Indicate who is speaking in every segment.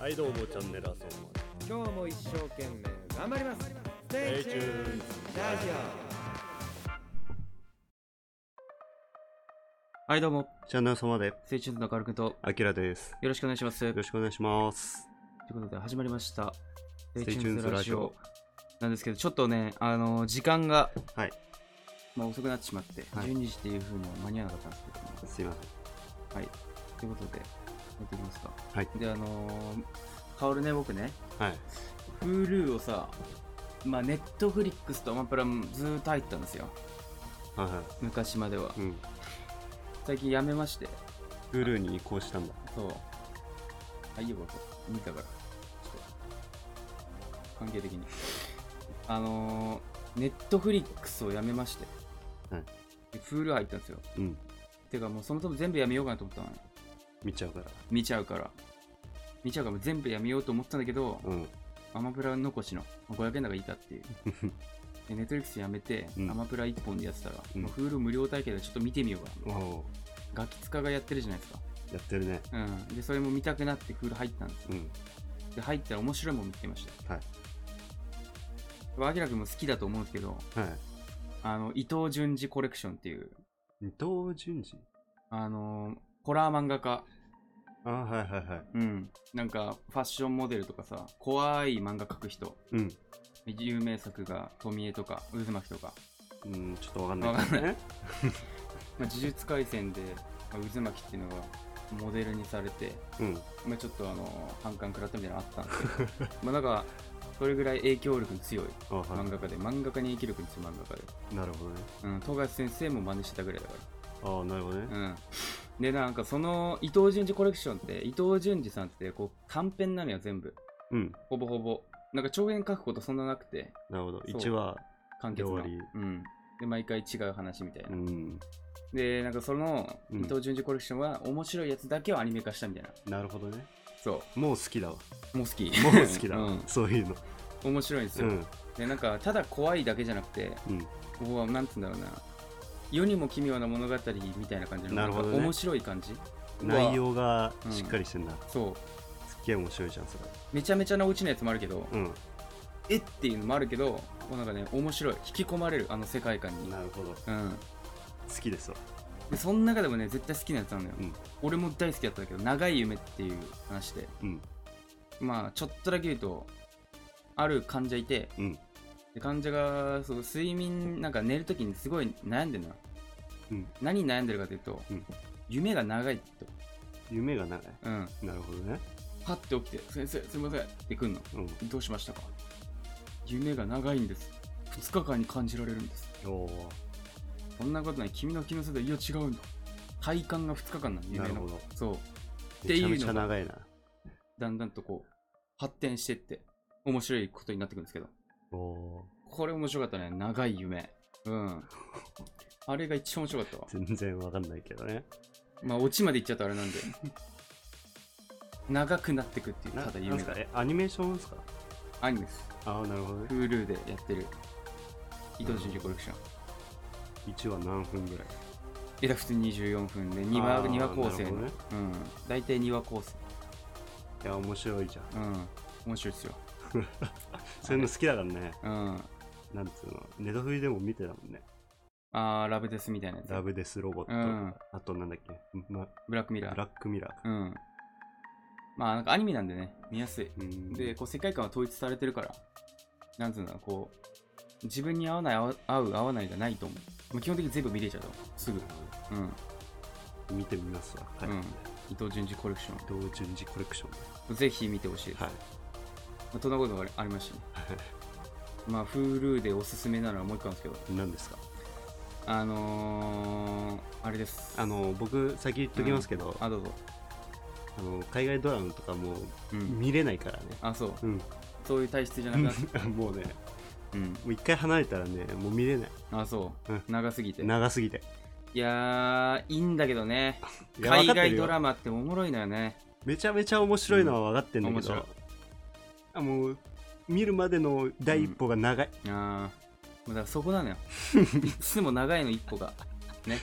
Speaker 1: はいどうもチャンネルあそんま
Speaker 2: 今日も一生懸命頑張ります Stay
Speaker 1: Stay tuned.
Speaker 2: tuned ラジ
Speaker 3: はい、どうも、
Speaker 1: チャンネル様で
Speaker 3: 青春のカルくんと、
Speaker 1: あきらです
Speaker 3: よろしくお願いします。
Speaker 1: よ
Speaker 3: と
Speaker 1: ろ
Speaker 3: いう
Speaker 1: しくお願いします
Speaker 3: ことで、始まりました。
Speaker 1: Stay tuned ラジオ
Speaker 3: なんですけど、ちょっとね、あのー時間が、
Speaker 1: はい
Speaker 3: まあ、遅くなってしまって、
Speaker 1: はい
Speaker 3: 12時っていうふうには間に合わなかったんですけども、
Speaker 1: すいま
Speaker 3: ということで、やっていきますか。
Speaker 1: はい
Speaker 3: で、あのー、カオルね、僕ね、
Speaker 1: せんはい
Speaker 3: Hulu をさ、まあ、Netflix とアマプラもずーっと入ってたんですよ。
Speaker 1: はいは
Speaker 3: 昔までは。
Speaker 1: いうん
Speaker 3: 最近やめまして、
Speaker 1: フルに移行したんだ
Speaker 3: そう。あ、いいよ、僕。見たから。ちょっと。関係的に。あのー、ネットフリックスをやめまして。
Speaker 1: はい
Speaker 3: で。フール入ったんですよ。
Speaker 1: うん
Speaker 3: てかもうそのとも全部やめようかなと思ったのよ。
Speaker 1: 見ちゃうから
Speaker 3: 見ちゃうから。見ちゃうからもう全部やめようと思ったんだけど、
Speaker 1: うん
Speaker 3: アマプラ残しのまあ500円だからいいかっ ていう。でネットフリックスやめて、
Speaker 1: うん
Speaker 3: アマプラ1本でやってたら、
Speaker 1: うん
Speaker 3: もうフール無料体験でちょっと見てみようか
Speaker 1: お
Speaker 3: な。
Speaker 1: お
Speaker 3: ガキ使がやってるじゃないですか。
Speaker 1: やってるね
Speaker 3: うん。で、それも見たくなってフール入ったんですよ。
Speaker 1: うん
Speaker 3: で入ったら面白いもん見つけました
Speaker 1: はい
Speaker 3: これアキラ君も好きだと思うんですけど
Speaker 1: は
Speaker 3: あの伊藤潤二コレクションっていう
Speaker 1: い伊藤淳二
Speaker 3: あのーホラー漫画家
Speaker 1: あーはいはいはい
Speaker 3: うんなんかファッションモデルとかさ怖い漫画描く人
Speaker 1: うん
Speaker 3: 有名作が富江とか渦巻きとか、
Speaker 1: うんちょっとわかんないけどね
Speaker 3: まあ、呪術廻戦で、まあ、渦巻きっていうのがモデルにされて、
Speaker 1: うん
Speaker 3: まあ、ちょっとあのー反感食らったみたいなのあったんですけど まあなんかそれぐらい影響力の強い
Speaker 1: あは
Speaker 3: 漫画家で漫画家に影響力の強い漫画家で、
Speaker 1: いなるほどね
Speaker 3: うん、富樫先生も真似してたぐらいだから
Speaker 1: ああなるほどね
Speaker 3: うん、でなんかその伊藤潤二コレクションって伊藤潤二さんってこう短編なのよ全部
Speaker 1: うん
Speaker 3: ほぼほぼなんか長編書くことそんななくて
Speaker 1: なるほど
Speaker 3: そう
Speaker 1: 1話
Speaker 3: 簡潔
Speaker 1: で
Speaker 3: な
Speaker 1: 終わ
Speaker 3: うん、で毎回違う話みたいな、
Speaker 1: うん
Speaker 3: でなんかその
Speaker 1: う
Speaker 3: 伊
Speaker 1: ん
Speaker 3: 藤潤二コレクションは面白いやつだけをアニメ化したみたいな
Speaker 1: なるほどね
Speaker 3: そ
Speaker 1: もう好 きだわ
Speaker 3: うもう好き
Speaker 1: もう好きだ、
Speaker 3: うん、
Speaker 1: そういうの
Speaker 3: 面白いんです
Speaker 1: う
Speaker 3: よ、
Speaker 1: ん
Speaker 3: でなんかただ怖いだけじゃなくて
Speaker 1: うん
Speaker 3: ここはなんつうんだろうな世にも奇妙な物語みたいな感じの
Speaker 1: なるほどね
Speaker 3: んか面白い感じ
Speaker 1: 内容がしっかりしてんだ、
Speaker 3: そう
Speaker 1: すっげえ面白いじゃんそれ
Speaker 3: めちゃめちゃなオチのやつもあるけど、
Speaker 1: う
Speaker 3: えっていうのもあるけどもうなんかね面白い引き込まれるあの世界観
Speaker 1: ん
Speaker 3: に、
Speaker 1: なるほど
Speaker 3: うん、
Speaker 1: 好きですわ
Speaker 3: でその中でもね絶対好きなやつなのよ、
Speaker 1: うん
Speaker 3: 俺も大好きだったんだけど長い夢っていう話で
Speaker 1: うん
Speaker 3: まあちょっとだけ言うとある患者いて
Speaker 1: うん
Speaker 3: で患者がそう睡眠なんか寝るときにすごい悩んでるのよ
Speaker 1: うん
Speaker 3: 何に悩んでるかというと、
Speaker 1: うん
Speaker 3: 夢が長いと、
Speaker 1: 夢がない
Speaker 3: うん、
Speaker 1: なるほどね
Speaker 3: パッて起きて「先生すいません」って来んの
Speaker 1: うん
Speaker 3: どうしましたか夢が長いんです2日間に感じられるんです
Speaker 1: お
Speaker 3: そんなことない。君の気のせいで、いや、違うんだ。体感が2日間なの、
Speaker 1: ーな
Speaker 3: 夢
Speaker 1: るほ
Speaker 3: の。
Speaker 1: ど
Speaker 3: そう。て
Speaker 1: め
Speaker 3: いう
Speaker 1: ちゃ
Speaker 3: のが
Speaker 1: めちゃ長いな
Speaker 3: だんだんとこう、発展してって、面白いことになってくるんですけど。
Speaker 1: おお
Speaker 3: これ面白かったね。長い夢。うん。あれが一番面白かったわ
Speaker 1: ー。全然わかんないけどね
Speaker 3: まあ、オチまでいっちゃったあれなんで。 長くなってくっていう、
Speaker 1: な
Speaker 3: ただ
Speaker 1: なん
Speaker 3: 夢
Speaker 1: す
Speaker 3: が
Speaker 1: か。えアニメーションですか
Speaker 3: アニメです。
Speaker 1: ああなるほどね
Speaker 3: Hulu でやってる。伊藤純二コレクション。
Speaker 1: 1話何分ぐらい
Speaker 3: えだ、普通に24分で2話
Speaker 1: あー
Speaker 3: ,2 話構成
Speaker 1: なる
Speaker 3: の、
Speaker 1: ほどね
Speaker 3: うん。大体2話構成。
Speaker 1: いや面白いじゃん
Speaker 3: うん。面白いですよ。
Speaker 1: そういうの好きだからね
Speaker 3: うん。
Speaker 1: なんつうのネドフリでも見てたもんね
Speaker 3: あー、ラブデスみたいなやつ。
Speaker 1: ラブデスロボット、
Speaker 3: うん
Speaker 1: あとなんだっけ、ま、
Speaker 3: ブラックミラー。
Speaker 1: ブラックミラーか
Speaker 3: うん。まあ、なんかアニメなんでね、見やすい。
Speaker 1: うん
Speaker 3: で、こう、世界観は統一されてるから、なんつうんだろう、こう、自分に合わない、合わ合う、合わないがないと思う。もう基本的に全部見れちゃうと思う。すぐ。うん。
Speaker 1: 見てみますわはい、
Speaker 3: うん伊藤潤二コレクシ
Speaker 1: 同順次コレクション
Speaker 3: ョン。ぜひ見てほしいです。
Speaker 1: はい
Speaker 3: まあそんなことがありありましたね。 まあ、Hulu でおすすめなのはもう一個なんですけど、
Speaker 1: 何ですか
Speaker 3: あのー、あれです。
Speaker 1: あの僕先言っときますけど、
Speaker 3: あ、どうぞ。
Speaker 1: あの海外ドラマとかも
Speaker 3: う。
Speaker 1: うん見れないからね、
Speaker 3: あ、そう。
Speaker 1: うん
Speaker 3: そういう体質じゃなくなって。
Speaker 1: もうね
Speaker 3: うん。
Speaker 1: もう一回離れたらねもう見れない
Speaker 3: あ、そう。
Speaker 1: うん
Speaker 3: 長すぎて。
Speaker 1: 長すぎて
Speaker 3: いやー、いいんだけどね。
Speaker 1: いや
Speaker 3: 海
Speaker 1: わかって
Speaker 3: 外
Speaker 1: るよ
Speaker 3: ドラマっておもろいのよね。
Speaker 1: めちゃめちゃ面白いのは分かってんだけど、
Speaker 3: うん面
Speaker 1: あもう見るまでの第一歩が長い、
Speaker 3: あー、だからそこ なのよ。いつも長いの一歩が。ね。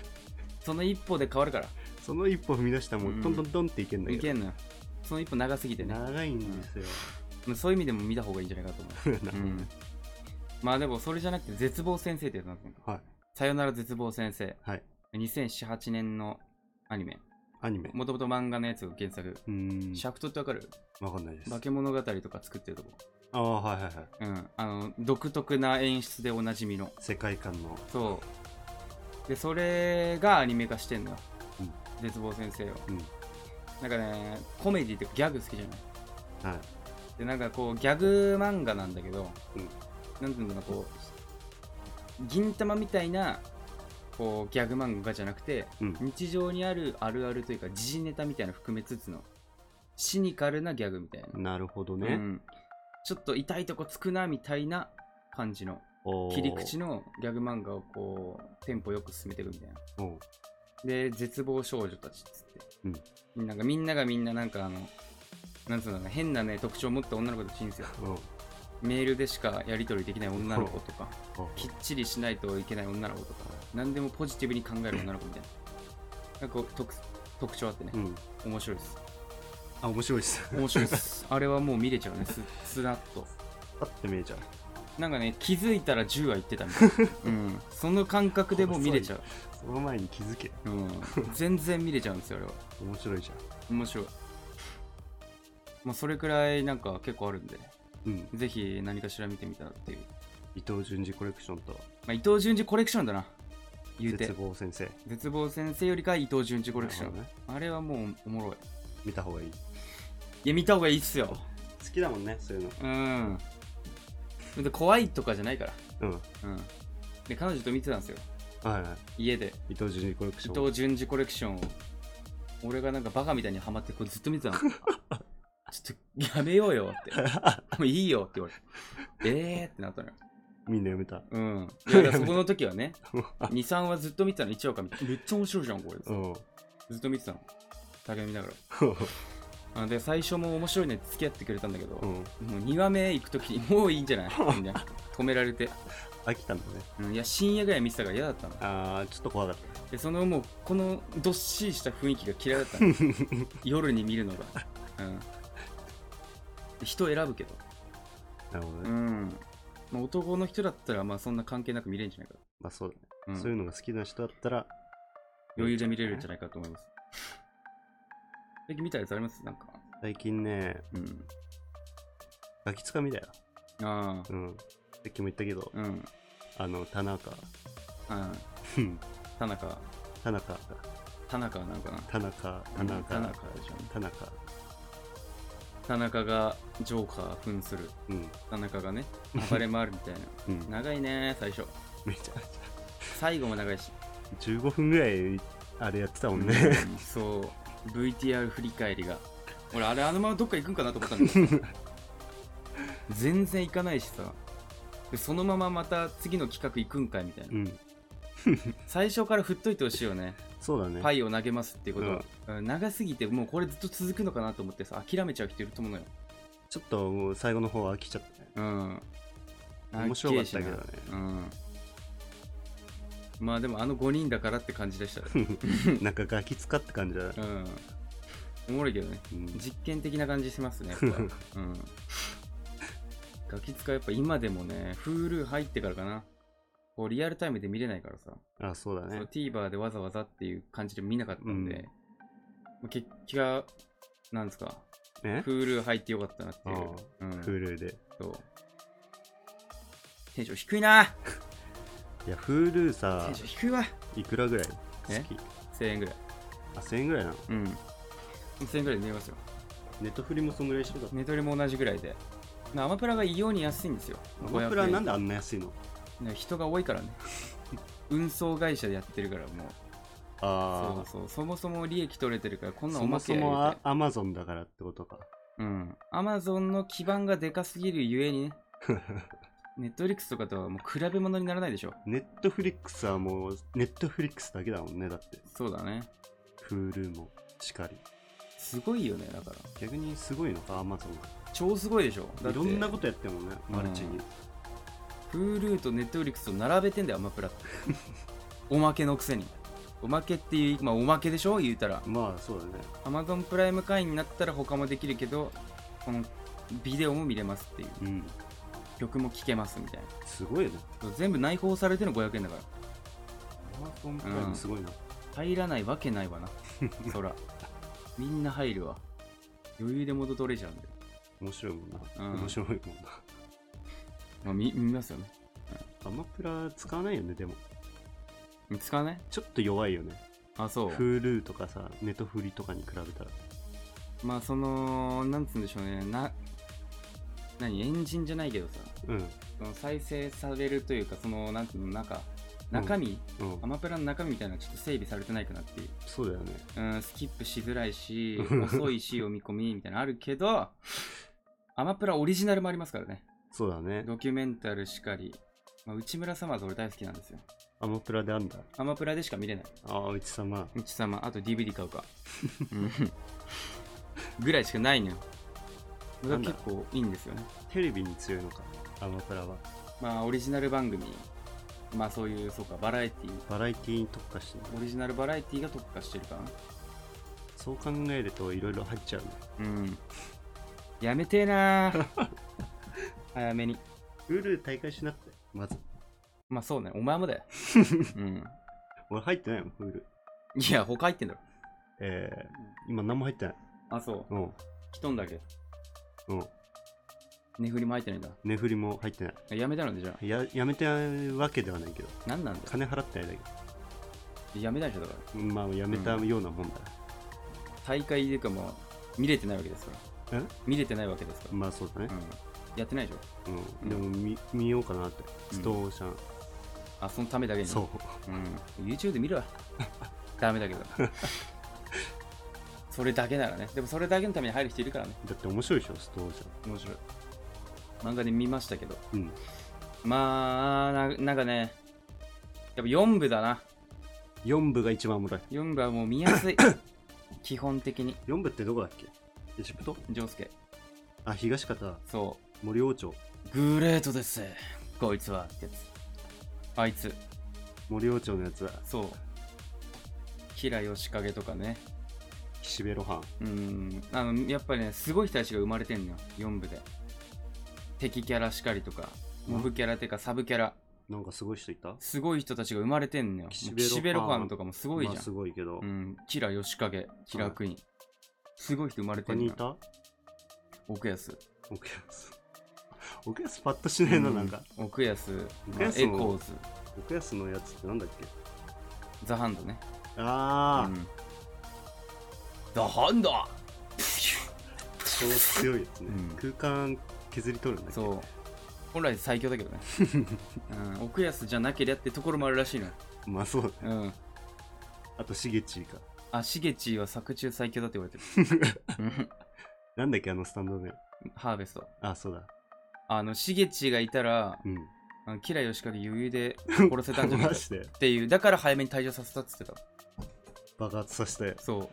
Speaker 3: その一歩で変わるから。
Speaker 1: その一歩踏み出したらもううんどんどんどんっていけんだ
Speaker 3: い
Speaker 1: けど、
Speaker 3: けんのよ。その一歩長すぎてね
Speaker 1: 長いんですよ。
Speaker 3: そういう意味でも見た方がいいんじゃないかと思う、うん、まあでもそれじゃなくて絶望先生ってやつなんですよ
Speaker 1: はい。
Speaker 3: さよなら絶望先生
Speaker 1: はい。
Speaker 3: 2008年のアニメ
Speaker 1: アニメ。
Speaker 3: もともと漫画のやつが原作
Speaker 1: うーん。
Speaker 3: シャフトってわかる
Speaker 1: わかんないです。
Speaker 3: 化け物語とか作ってるとこ
Speaker 1: ああ、はいはいはい。
Speaker 3: うんあの独特な演出でおなじみの
Speaker 1: 世界観の。
Speaker 3: そうでそれがアニメ化してんのよ、
Speaker 1: うん
Speaker 3: 絶望先生を
Speaker 1: うん。
Speaker 3: なんかねコメディってギャグ好きじゃない
Speaker 1: はい。
Speaker 3: でなんかこうギャグ漫画なんだけど、
Speaker 1: うん
Speaker 3: なんていうのかなこう銀玉みたいなこうギャグ漫画じゃなくて
Speaker 1: うん。
Speaker 3: 日常にあるあるあるというか時事ネタみたいなの含めつつのシニカルなギャグみたいな、
Speaker 1: なるほど
Speaker 3: う
Speaker 1: ね。
Speaker 3: んちょっと痛いとこつくなみたいな感じの
Speaker 1: おー
Speaker 3: 切り口のギャグ漫画をこうテンポよく進めていくみたいな
Speaker 1: おう
Speaker 3: で絶望少女たちっつって、なんかみんながみんななんかあのなんつうのかな変なね特徴を持った女の子たちいいんですよ
Speaker 1: おう
Speaker 3: メールでしかやり取りできない女の子とか
Speaker 1: おう
Speaker 3: きっちりしないといけない女の子とか何でもポジティブに考える女の子みたいななんかこう特特徴あってね
Speaker 1: う、ん。
Speaker 3: 面白いです
Speaker 1: あ、面白いです。
Speaker 3: 面白いです あれはもう見れちゃうねすすらっと
Speaker 1: あって見えちゃう。
Speaker 3: なんかね気づいたら10は言ってたみ たいな、うん、その感覚でもう見れちゃう
Speaker 1: その前に気づけ。
Speaker 3: うん、全然見れちゃうんですよあれは
Speaker 1: 面白いじ
Speaker 3: 面白いまあそれくらいなんか結構あるんで
Speaker 1: ゃん。うん。
Speaker 3: ぜひ何かしら見てみたらっていう、
Speaker 1: 伊藤淳二コレクションと
Speaker 3: まあ、伊藤淳二コレクションだな言うて
Speaker 1: 絶
Speaker 3: 絶
Speaker 1: 望先生。
Speaker 3: 望先生よりか伊藤淳二コレクショ
Speaker 1: な
Speaker 3: ン、
Speaker 1: るほどね
Speaker 3: あれはもうおもろい
Speaker 1: 見た方がいい。
Speaker 3: いや見た方がいいっすよ
Speaker 1: 好きだもんね、そういうの。
Speaker 3: うんで怖いとかじゃないから
Speaker 1: うん。
Speaker 3: うんで彼女と見てたんですよ
Speaker 1: はいはい。
Speaker 3: 家で
Speaker 1: 伊藤淳二コレクシ
Speaker 3: 伊
Speaker 1: ョン。
Speaker 3: 藤淳二コレクションを俺がなんかバカみたいにハマってこれずっと見てたの ちょっとやめようよ ってもういいよって言われてえーってなったのよ
Speaker 1: みんなやめた。
Speaker 3: うんいやだからそこの時はね23話ずっと見てたの1話から見てめっちゃ面白いじゃんこれ
Speaker 1: うん。
Speaker 3: ずっと見てたの竹見ながらあので最初も面白いねって付き合ってくれたんだけど、
Speaker 1: うん。
Speaker 3: もう2話目行く時に もういいんじゃないみたいな止められて、
Speaker 1: 飽きたんだね。
Speaker 3: うん、いや深夜ぐらい見てたから嫌だったの
Speaker 1: あー、ちょっと怖かった。
Speaker 3: でそのもうこのどっしりした雰囲気が嫌いだった の夜に見るのが、うん、人選ぶけど、
Speaker 1: なるほど
Speaker 3: う
Speaker 1: ね。
Speaker 3: んまあ、男の人だったらまあそんな関係なく見れるんじゃないかと、
Speaker 1: まあそうだね。
Speaker 3: うん
Speaker 1: そういうのが好きな人だったら、
Speaker 3: 余裕で見れるんじゃないかと思います最近見たやつありますなんか
Speaker 1: 最近ね、
Speaker 3: うん
Speaker 1: ガキつかみだよ。
Speaker 3: ああ
Speaker 1: うん。さっきも言ったけど、
Speaker 3: うんうん
Speaker 1: あの、田中。うん
Speaker 3: 田中
Speaker 1: 田中。
Speaker 3: 田中なんかな
Speaker 1: 田中。田
Speaker 3: うん
Speaker 1: 中。
Speaker 3: 田中でしょ
Speaker 1: 田中。
Speaker 3: 田中がジョーカー扮する
Speaker 1: うん。
Speaker 3: 田 中がね暴れ回るみたい
Speaker 1: うん。
Speaker 3: な長いね最初
Speaker 1: めちゃめちゃ。
Speaker 3: 最後も長いし
Speaker 1: 15分ぐらい、あれやってたもんね。
Speaker 3: うんそう VTR 振り返りが俺あれあのままどっか行くんかなと思ったんだけ ど全然行かないしさでそのまままた次の企画行くんかいみたいな、
Speaker 1: うん。
Speaker 3: 最初から振っといてほしいよね
Speaker 1: そうだね。
Speaker 3: パイを投げますっていうことは、うん長すぎてもうこれずっと続くのかなと思ってさ諦めちゃう人いると思うのよ
Speaker 1: ちょっともう最後の方は飽きちゃったね。
Speaker 3: うん
Speaker 1: 面白かったけどね
Speaker 3: なえしなうんまあでもあの5人だからって感じでしたね
Speaker 1: なんかガキ使って感じだね。
Speaker 3: うんおもろいけどね
Speaker 1: うん
Speaker 3: 実験的な感じしますね、やっぱ うん、ガキ使やっぱ今でもね、Hulu 入ってからかな。こうリアルタイムで見れないからさ、
Speaker 1: あ、そうだ
Speaker 3: そう
Speaker 1: ね。
Speaker 3: TVer でわざわざっていう感じで見なかったん
Speaker 1: うん
Speaker 3: で、まあ結果、なんですか、
Speaker 1: え
Speaker 3: Hulu 入ってよかったなっていう。
Speaker 1: あ
Speaker 3: うん、
Speaker 1: ?Hulu で。
Speaker 3: そうテンション低いな、
Speaker 1: いや、Hulu さ
Speaker 3: テン、ション低いわ
Speaker 1: いくらぐらい
Speaker 3: え
Speaker 1: 好き
Speaker 3: !1000 円ぐらい。
Speaker 1: あ、1000円ぐらいなの
Speaker 3: うん。1000円ぐらいで見れますよ。
Speaker 1: ネットフリもそんぐらい一緒だ。
Speaker 3: ネトリも同じぐらいで。なアマプラが異様に安いんですよ。
Speaker 1: アマプラ
Speaker 3: 500円
Speaker 1: なんであんな安いの
Speaker 3: ね人が多いから ね運送会社でやってるからもう
Speaker 1: ああ、
Speaker 3: そうそうそもそも利益取れてるからこんな
Speaker 1: そ
Speaker 3: おま
Speaker 1: も
Speaker 3: け
Speaker 1: そ
Speaker 3: や
Speaker 1: も
Speaker 3: 言う
Speaker 1: あ
Speaker 3: て
Speaker 1: Amazon だからってことか。
Speaker 3: うんアマゾンの基盤がでかすぎるゆえ にねネットフリックスとかとはもう比べ物にならないでしょ
Speaker 1: ネットフリックスはもう、ネットフリックスだけだもんね、だって。
Speaker 3: そうだね
Speaker 1: Hulu も、しかり。
Speaker 3: すごいよねだから
Speaker 1: 逆にすごいのか、Amazon
Speaker 3: 超すごいでしょだ
Speaker 1: が。
Speaker 3: っ
Speaker 1: い
Speaker 3: て
Speaker 1: ろんなことやってるもんね、
Speaker 3: うん
Speaker 1: マルチに。
Speaker 3: Hulu とネットフリックスを並べてんだよアマプラっておまけのくせにおまけっていうまあおまけでしょ言うたら
Speaker 1: まあそうだね
Speaker 3: Amazon プライム会員になったら他もできるけどこのビデオも見れますっていう
Speaker 1: うん
Speaker 3: 曲も聴けますみたい
Speaker 1: すごいよね
Speaker 3: な全部内包されての500円だから
Speaker 1: アマゾンプライムすごいな、
Speaker 3: 入らないわけないわなそらみんな入るわ余裕で元取れちゃうんで、
Speaker 1: 面白いもんな、
Speaker 3: うん
Speaker 1: 面白いもんな
Speaker 3: まあ、見見ますよね
Speaker 1: アマプラ使わないよねでも
Speaker 3: 使わない
Speaker 1: ちょっと弱いよね
Speaker 3: あそう
Speaker 1: Hulu とかさネトフリとかに比べたら
Speaker 3: まあそのなんつうんでしょうねな何エンジンじゃないけどさ
Speaker 1: うん
Speaker 3: その再生されるというかそのなんていうの中
Speaker 1: うん
Speaker 3: 中身、
Speaker 1: うん
Speaker 3: アマプラの中身みたいなのがちょっと整備されてないかなっていう、
Speaker 1: そうだよね
Speaker 3: うん、スキップしづらい し遅いし読み込みみたいなのあるけどアマプラオリジナルもありますからね
Speaker 1: そうだね
Speaker 3: ドキュメンタルしかり、まあ、内村サマーズ俺大好きなんですよ
Speaker 1: アマプラであんだ
Speaker 3: アマプラでしか見れない
Speaker 1: ああうち様
Speaker 3: 内様あと DVD 買うかうんぐらいしかないのよだから
Speaker 1: なんだ
Speaker 3: 結構いいんですよね
Speaker 1: テレビに強いのかアマプラは
Speaker 3: まあオリジナル番組まあそういうそうかバラエティ
Speaker 1: バラエティに特化してる
Speaker 3: オリジナルバラエティが特化してるか
Speaker 1: そう考えるといろいろ入っちゃうね
Speaker 3: なうんやめてえな ー早めに
Speaker 1: Hulu 大会しなくてまず
Speaker 3: まあそうねお前もだよ、うん、
Speaker 1: 俺入ってないもん Hulu
Speaker 3: いや他入ってんだろ
Speaker 1: えー、今何も入ってない
Speaker 3: あそう
Speaker 1: うん
Speaker 3: 来とんだけ
Speaker 1: うん
Speaker 3: 寝振りも入ってないんだ
Speaker 1: 寝振りも入ってない
Speaker 3: やめたのでじゃあ
Speaker 1: ややめてるわけではないけど
Speaker 3: 何なんだよ
Speaker 1: 金払ってないだ
Speaker 3: やめたでしょだから
Speaker 1: けまあやめたようなもんだ、
Speaker 3: 大会というかもう見れてないわけですから
Speaker 1: え
Speaker 3: 見れてないわけですから、
Speaker 1: まあそうだね
Speaker 3: うん、やってないでしょ
Speaker 1: うん、
Speaker 3: うん
Speaker 1: でも見見ようかなって
Speaker 3: うん
Speaker 1: ストーンオーシャン、
Speaker 3: あそのためだけに
Speaker 1: そう
Speaker 3: うん、YouTube で見る わダメだけどそれだけならねでもそれだけのために入る人いるからね
Speaker 1: だって面白いでしょストーンオーシ
Speaker 3: 面白い漫画で見ましたけど
Speaker 1: ャンうん
Speaker 3: まあななんかねやっぱ4部だな
Speaker 1: 4部が一番おもろい
Speaker 3: 4部はもう見やす い基本的に
Speaker 1: 4部ってどこだっけエジプト
Speaker 3: 丈介
Speaker 1: あ東方
Speaker 3: そ
Speaker 1: 森王朝
Speaker 3: うグレートですこいつはってやつあいつ
Speaker 1: 森王朝のやつだ
Speaker 3: そうキラヨシカゲとかね
Speaker 1: 岸辺露伴
Speaker 3: うんあのやっぱりねすごい人たちが生まれてんのよ4部で敵キャラしかりとかモブキャラてかサブキャラ
Speaker 1: なんかすごい人いた
Speaker 3: すごい人たちが生まれてんのよ
Speaker 1: 岸辺
Speaker 3: 岸
Speaker 1: 露伴
Speaker 3: 辺露伴とかもすごいじゃん、
Speaker 1: まあすごいけど、
Speaker 3: うん、キラヨシカゲキラクイーン、すごい人生まれて
Speaker 1: 他
Speaker 3: んの
Speaker 1: にい
Speaker 3: よ
Speaker 1: た
Speaker 3: 奥安
Speaker 1: 奥安奥安パッとしねえな、
Speaker 3: う
Speaker 1: なんか
Speaker 3: 奥安、
Speaker 1: 奥
Speaker 3: まあ
Speaker 1: 安
Speaker 3: エ
Speaker 1: も
Speaker 3: コーズ
Speaker 1: 奥安のやつってなんだっけ
Speaker 3: ザハンドね
Speaker 1: ああ、
Speaker 3: うんザ ハンド
Speaker 1: 超強いやつね、
Speaker 3: う
Speaker 1: 空
Speaker 3: ん
Speaker 1: 間削り取るんだっけ
Speaker 3: そう本来最強だ けどね、うん、奥安じゃなけりゃってところもあるらしいのよ
Speaker 1: まあそうだね
Speaker 3: うん
Speaker 1: あとしげちーか
Speaker 3: あ、しげちは作中最強だって言われ てる。
Speaker 1: なんだっけあのスタンド名
Speaker 3: ハーベスト。
Speaker 1: あそうだ
Speaker 3: あの、しげちがいたら、
Speaker 1: うん
Speaker 3: あのキラヨシカで余裕で殺せたんじゃな い
Speaker 1: マ
Speaker 3: かっ
Speaker 1: ジで
Speaker 3: ていう、だから早めに退場させたって言って
Speaker 1: 爆発させて
Speaker 3: た。そう。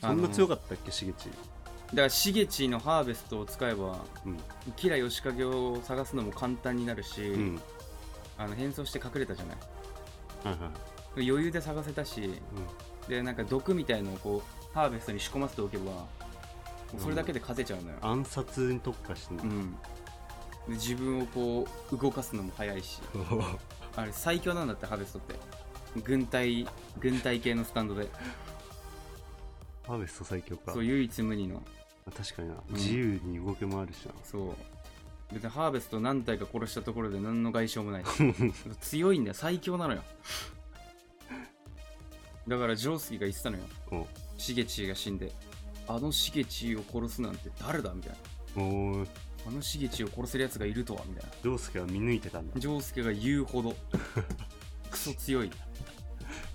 Speaker 1: そんな強
Speaker 3: か
Speaker 1: かったっけしげち
Speaker 3: だから、しげちのハーベストを使えば、
Speaker 1: うん
Speaker 3: キラヨシカゲを探すのも簡単になるし、
Speaker 1: うん
Speaker 3: あの変装して隠れたじゃない。
Speaker 1: はいはい
Speaker 3: 余裕で探せたし、
Speaker 1: う
Speaker 3: で、なんか毒みたいのをこう、ハーベストに仕込ませておけば、もうそれだけで勝てちゃうのよ。
Speaker 1: ん暗殺に特化してんの
Speaker 3: うん、で自分をこう動かすのも早いしあれ最強なんだってハーベストって軍隊軍隊系のスタンドで
Speaker 1: ハーベスト最強か
Speaker 3: そう唯一無二の
Speaker 1: 確かにな、
Speaker 3: ん
Speaker 1: 自由に動け回るしな
Speaker 3: そう別にハーベスト何体か殺したところで何の外傷もない強いんだよ最強なのよだからジョースキーが言ってたのよ
Speaker 1: お
Speaker 3: シゲチが死んであのシゲチを殺すなんて誰だみたいな
Speaker 1: おー
Speaker 3: あのシゲチを殺せるやつがいるとはみたいな
Speaker 1: ジョウスケは見抜いてたんだ
Speaker 3: ジョースケが言うほどクソ強い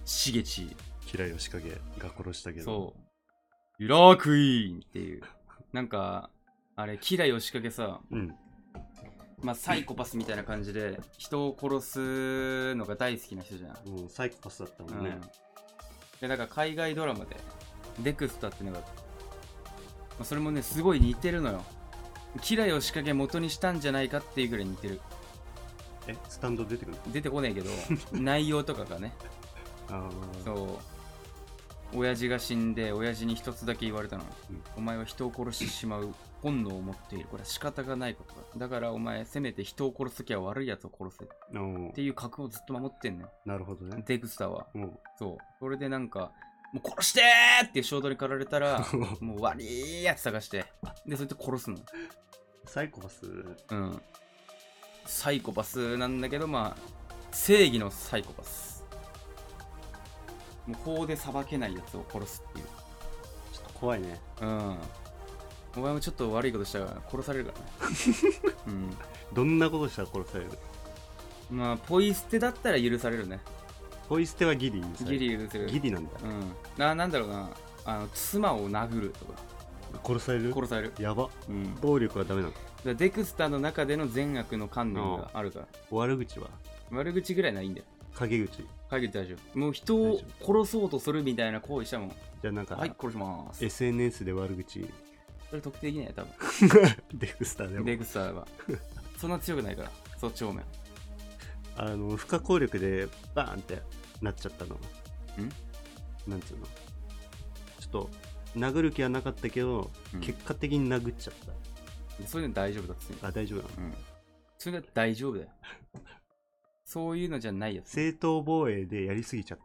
Speaker 3: しげち
Speaker 1: 嫌い吉影が殺したけど
Speaker 3: そうユラークイーンっていうなんかあれキラヨシカゲさ、
Speaker 1: うん
Speaker 3: まあ、サイコパスみたいな感じで人を殺すのが大好きな人じゃん、
Speaker 1: もうサイコパスだったも
Speaker 3: う
Speaker 1: ん
Speaker 3: ん
Speaker 1: ね、
Speaker 3: でなんか海外ドラマでデクスタってのが、まあ、それもねすごい似てるのよキラヨシカゲ元にしたんじゃないかっていうぐらい似てる
Speaker 1: えスタンド出てくる
Speaker 3: 出てこねえけど内容とかがね
Speaker 1: あー
Speaker 3: そう親父が死んで親父に一つだけ言われたの、
Speaker 1: うん
Speaker 3: お前は人を殺してしまう本能を持っているこれは仕方がないことだだからお前せめて人を殺すときは悪いやつを殺せっ
Speaker 1: あー
Speaker 3: ていう覚悟をずっと守ってんのよ
Speaker 1: なるほどね
Speaker 3: デグスターは
Speaker 1: も
Speaker 3: そうそれでなんかもう殺してーっていう衝動に駆られ たらもう悪いやつ探してでそれで殺すの
Speaker 1: サイコパス
Speaker 3: うんサイコパスなんだけどまあ正義のサイコパスもう法で裁けないやつを殺すっていう
Speaker 1: ちょっと怖いね
Speaker 3: うん。お前もちょっと悪いことしたら殺され るからね。
Speaker 1: どんなことしたら殺される
Speaker 3: うん。まあ、ポイ捨てだったら許されるね。
Speaker 1: ポイ捨てはギリ
Speaker 3: ギリ許せる。
Speaker 1: ギリなんだ
Speaker 3: うん。な、なんだろうな。あの、妻を殴るとか。
Speaker 1: 殺される
Speaker 3: 殺される。
Speaker 1: やば
Speaker 3: うん。だか
Speaker 1: 暴力はダメなの
Speaker 3: らデクスターの中での善悪の観念があるから。
Speaker 1: 悪口は
Speaker 3: 悪口ぐらいならいいんだよ。
Speaker 1: 陰口
Speaker 3: 解決大丈夫。もう人を殺そうとするみたいな行為したもん。
Speaker 1: じゃあなんか、
Speaker 3: はい、殺します。
Speaker 1: SNS で悪 口
Speaker 3: それ特定できないよ、多分。
Speaker 1: デクスターで
Speaker 3: デ
Speaker 1: も
Speaker 3: クスターは。そんな強くないから。そっち方面。
Speaker 1: あの不可抗力でバーンってなっちゃったのなんつうのちょっと殴る気はなかったけど、
Speaker 3: うん
Speaker 1: 結果的に殴っちゃっ
Speaker 3: そういうの大丈夫だっつって。
Speaker 1: たあ大丈夫なの
Speaker 3: うん。それは大丈夫だよ。そういうのじゃないやつ。
Speaker 1: 正当防衛でやりすぎちゃっ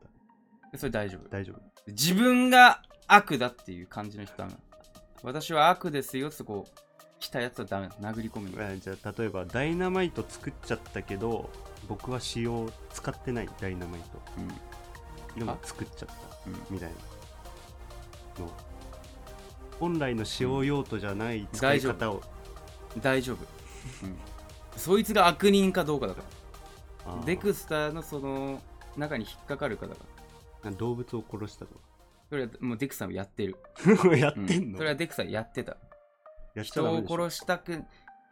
Speaker 1: た
Speaker 3: それ大丈夫。
Speaker 1: 大丈夫
Speaker 3: 自分が悪だっていう感じの人ダメ。私は悪ですよってこう、来たやつはダメ。殴り込むよ。
Speaker 1: あじゃあ例えばダイナマイト作っちゃったけど僕は使用使ってないダイナマイト
Speaker 3: うん。
Speaker 1: でも
Speaker 3: あ
Speaker 1: 作っちゃった
Speaker 3: うん
Speaker 1: みたいなの本来の使用用途じゃない使い方を、
Speaker 3: 大丈夫。うん。そいつが悪人かどうかだか
Speaker 1: あ
Speaker 3: ら。
Speaker 1: ー
Speaker 3: デクスターのその中に引っかかるかだから。
Speaker 1: 動物を殺したと
Speaker 3: それはもうデクさんもやってる。
Speaker 1: かやっ
Speaker 3: うん
Speaker 1: てんの、
Speaker 3: それはデクさんやってた。
Speaker 1: やっちゃ
Speaker 3: 人
Speaker 1: ダメ
Speaker 3: を
Speaker 1: でしょ
Speaker 3: 殺したく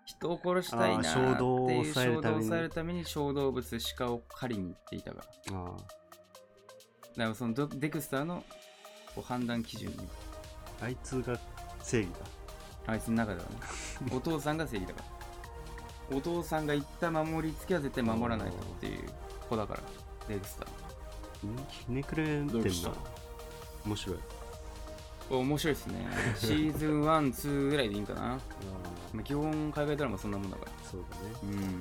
Speaker 3: 人を殺したいな
Speaker 1: あー衝動
Speaker 3: ー
Speaker 1: を
Speaker 3: っていう
Speaker 1: 抑える
Speaker 3: 衝
Speaker 1: た
Speaker 3: 動
Speaker 1: め
Speaker 3: を
Speaker 1: に
Speaker 3: 抑えるために小動物鹿を狩りに行っていたからだ
Speaker 1: あ
Speaker 3: からそのドデクスターのこう判断基準に
Speaker 1: ーあいつが正義だ
Speaker 3: あいつの中で はねお父さんが正義だからお父さんが言った守りつけは絶対守らないとっていう子だからデクスター
Speaker 1: んひねくれてんな
Speaker 3: どうした
Speaker 1: 面白い
Speaker 3: 面白いですねシーズン12ぐらいでいいんかな
Speaker 1: あ
Speaker 3: まあ基本海外ドラマそんなもんだから
Speaker 1: ーそうだね
Speaker 3: う
Speaker 1: エ
Speaker 3: ん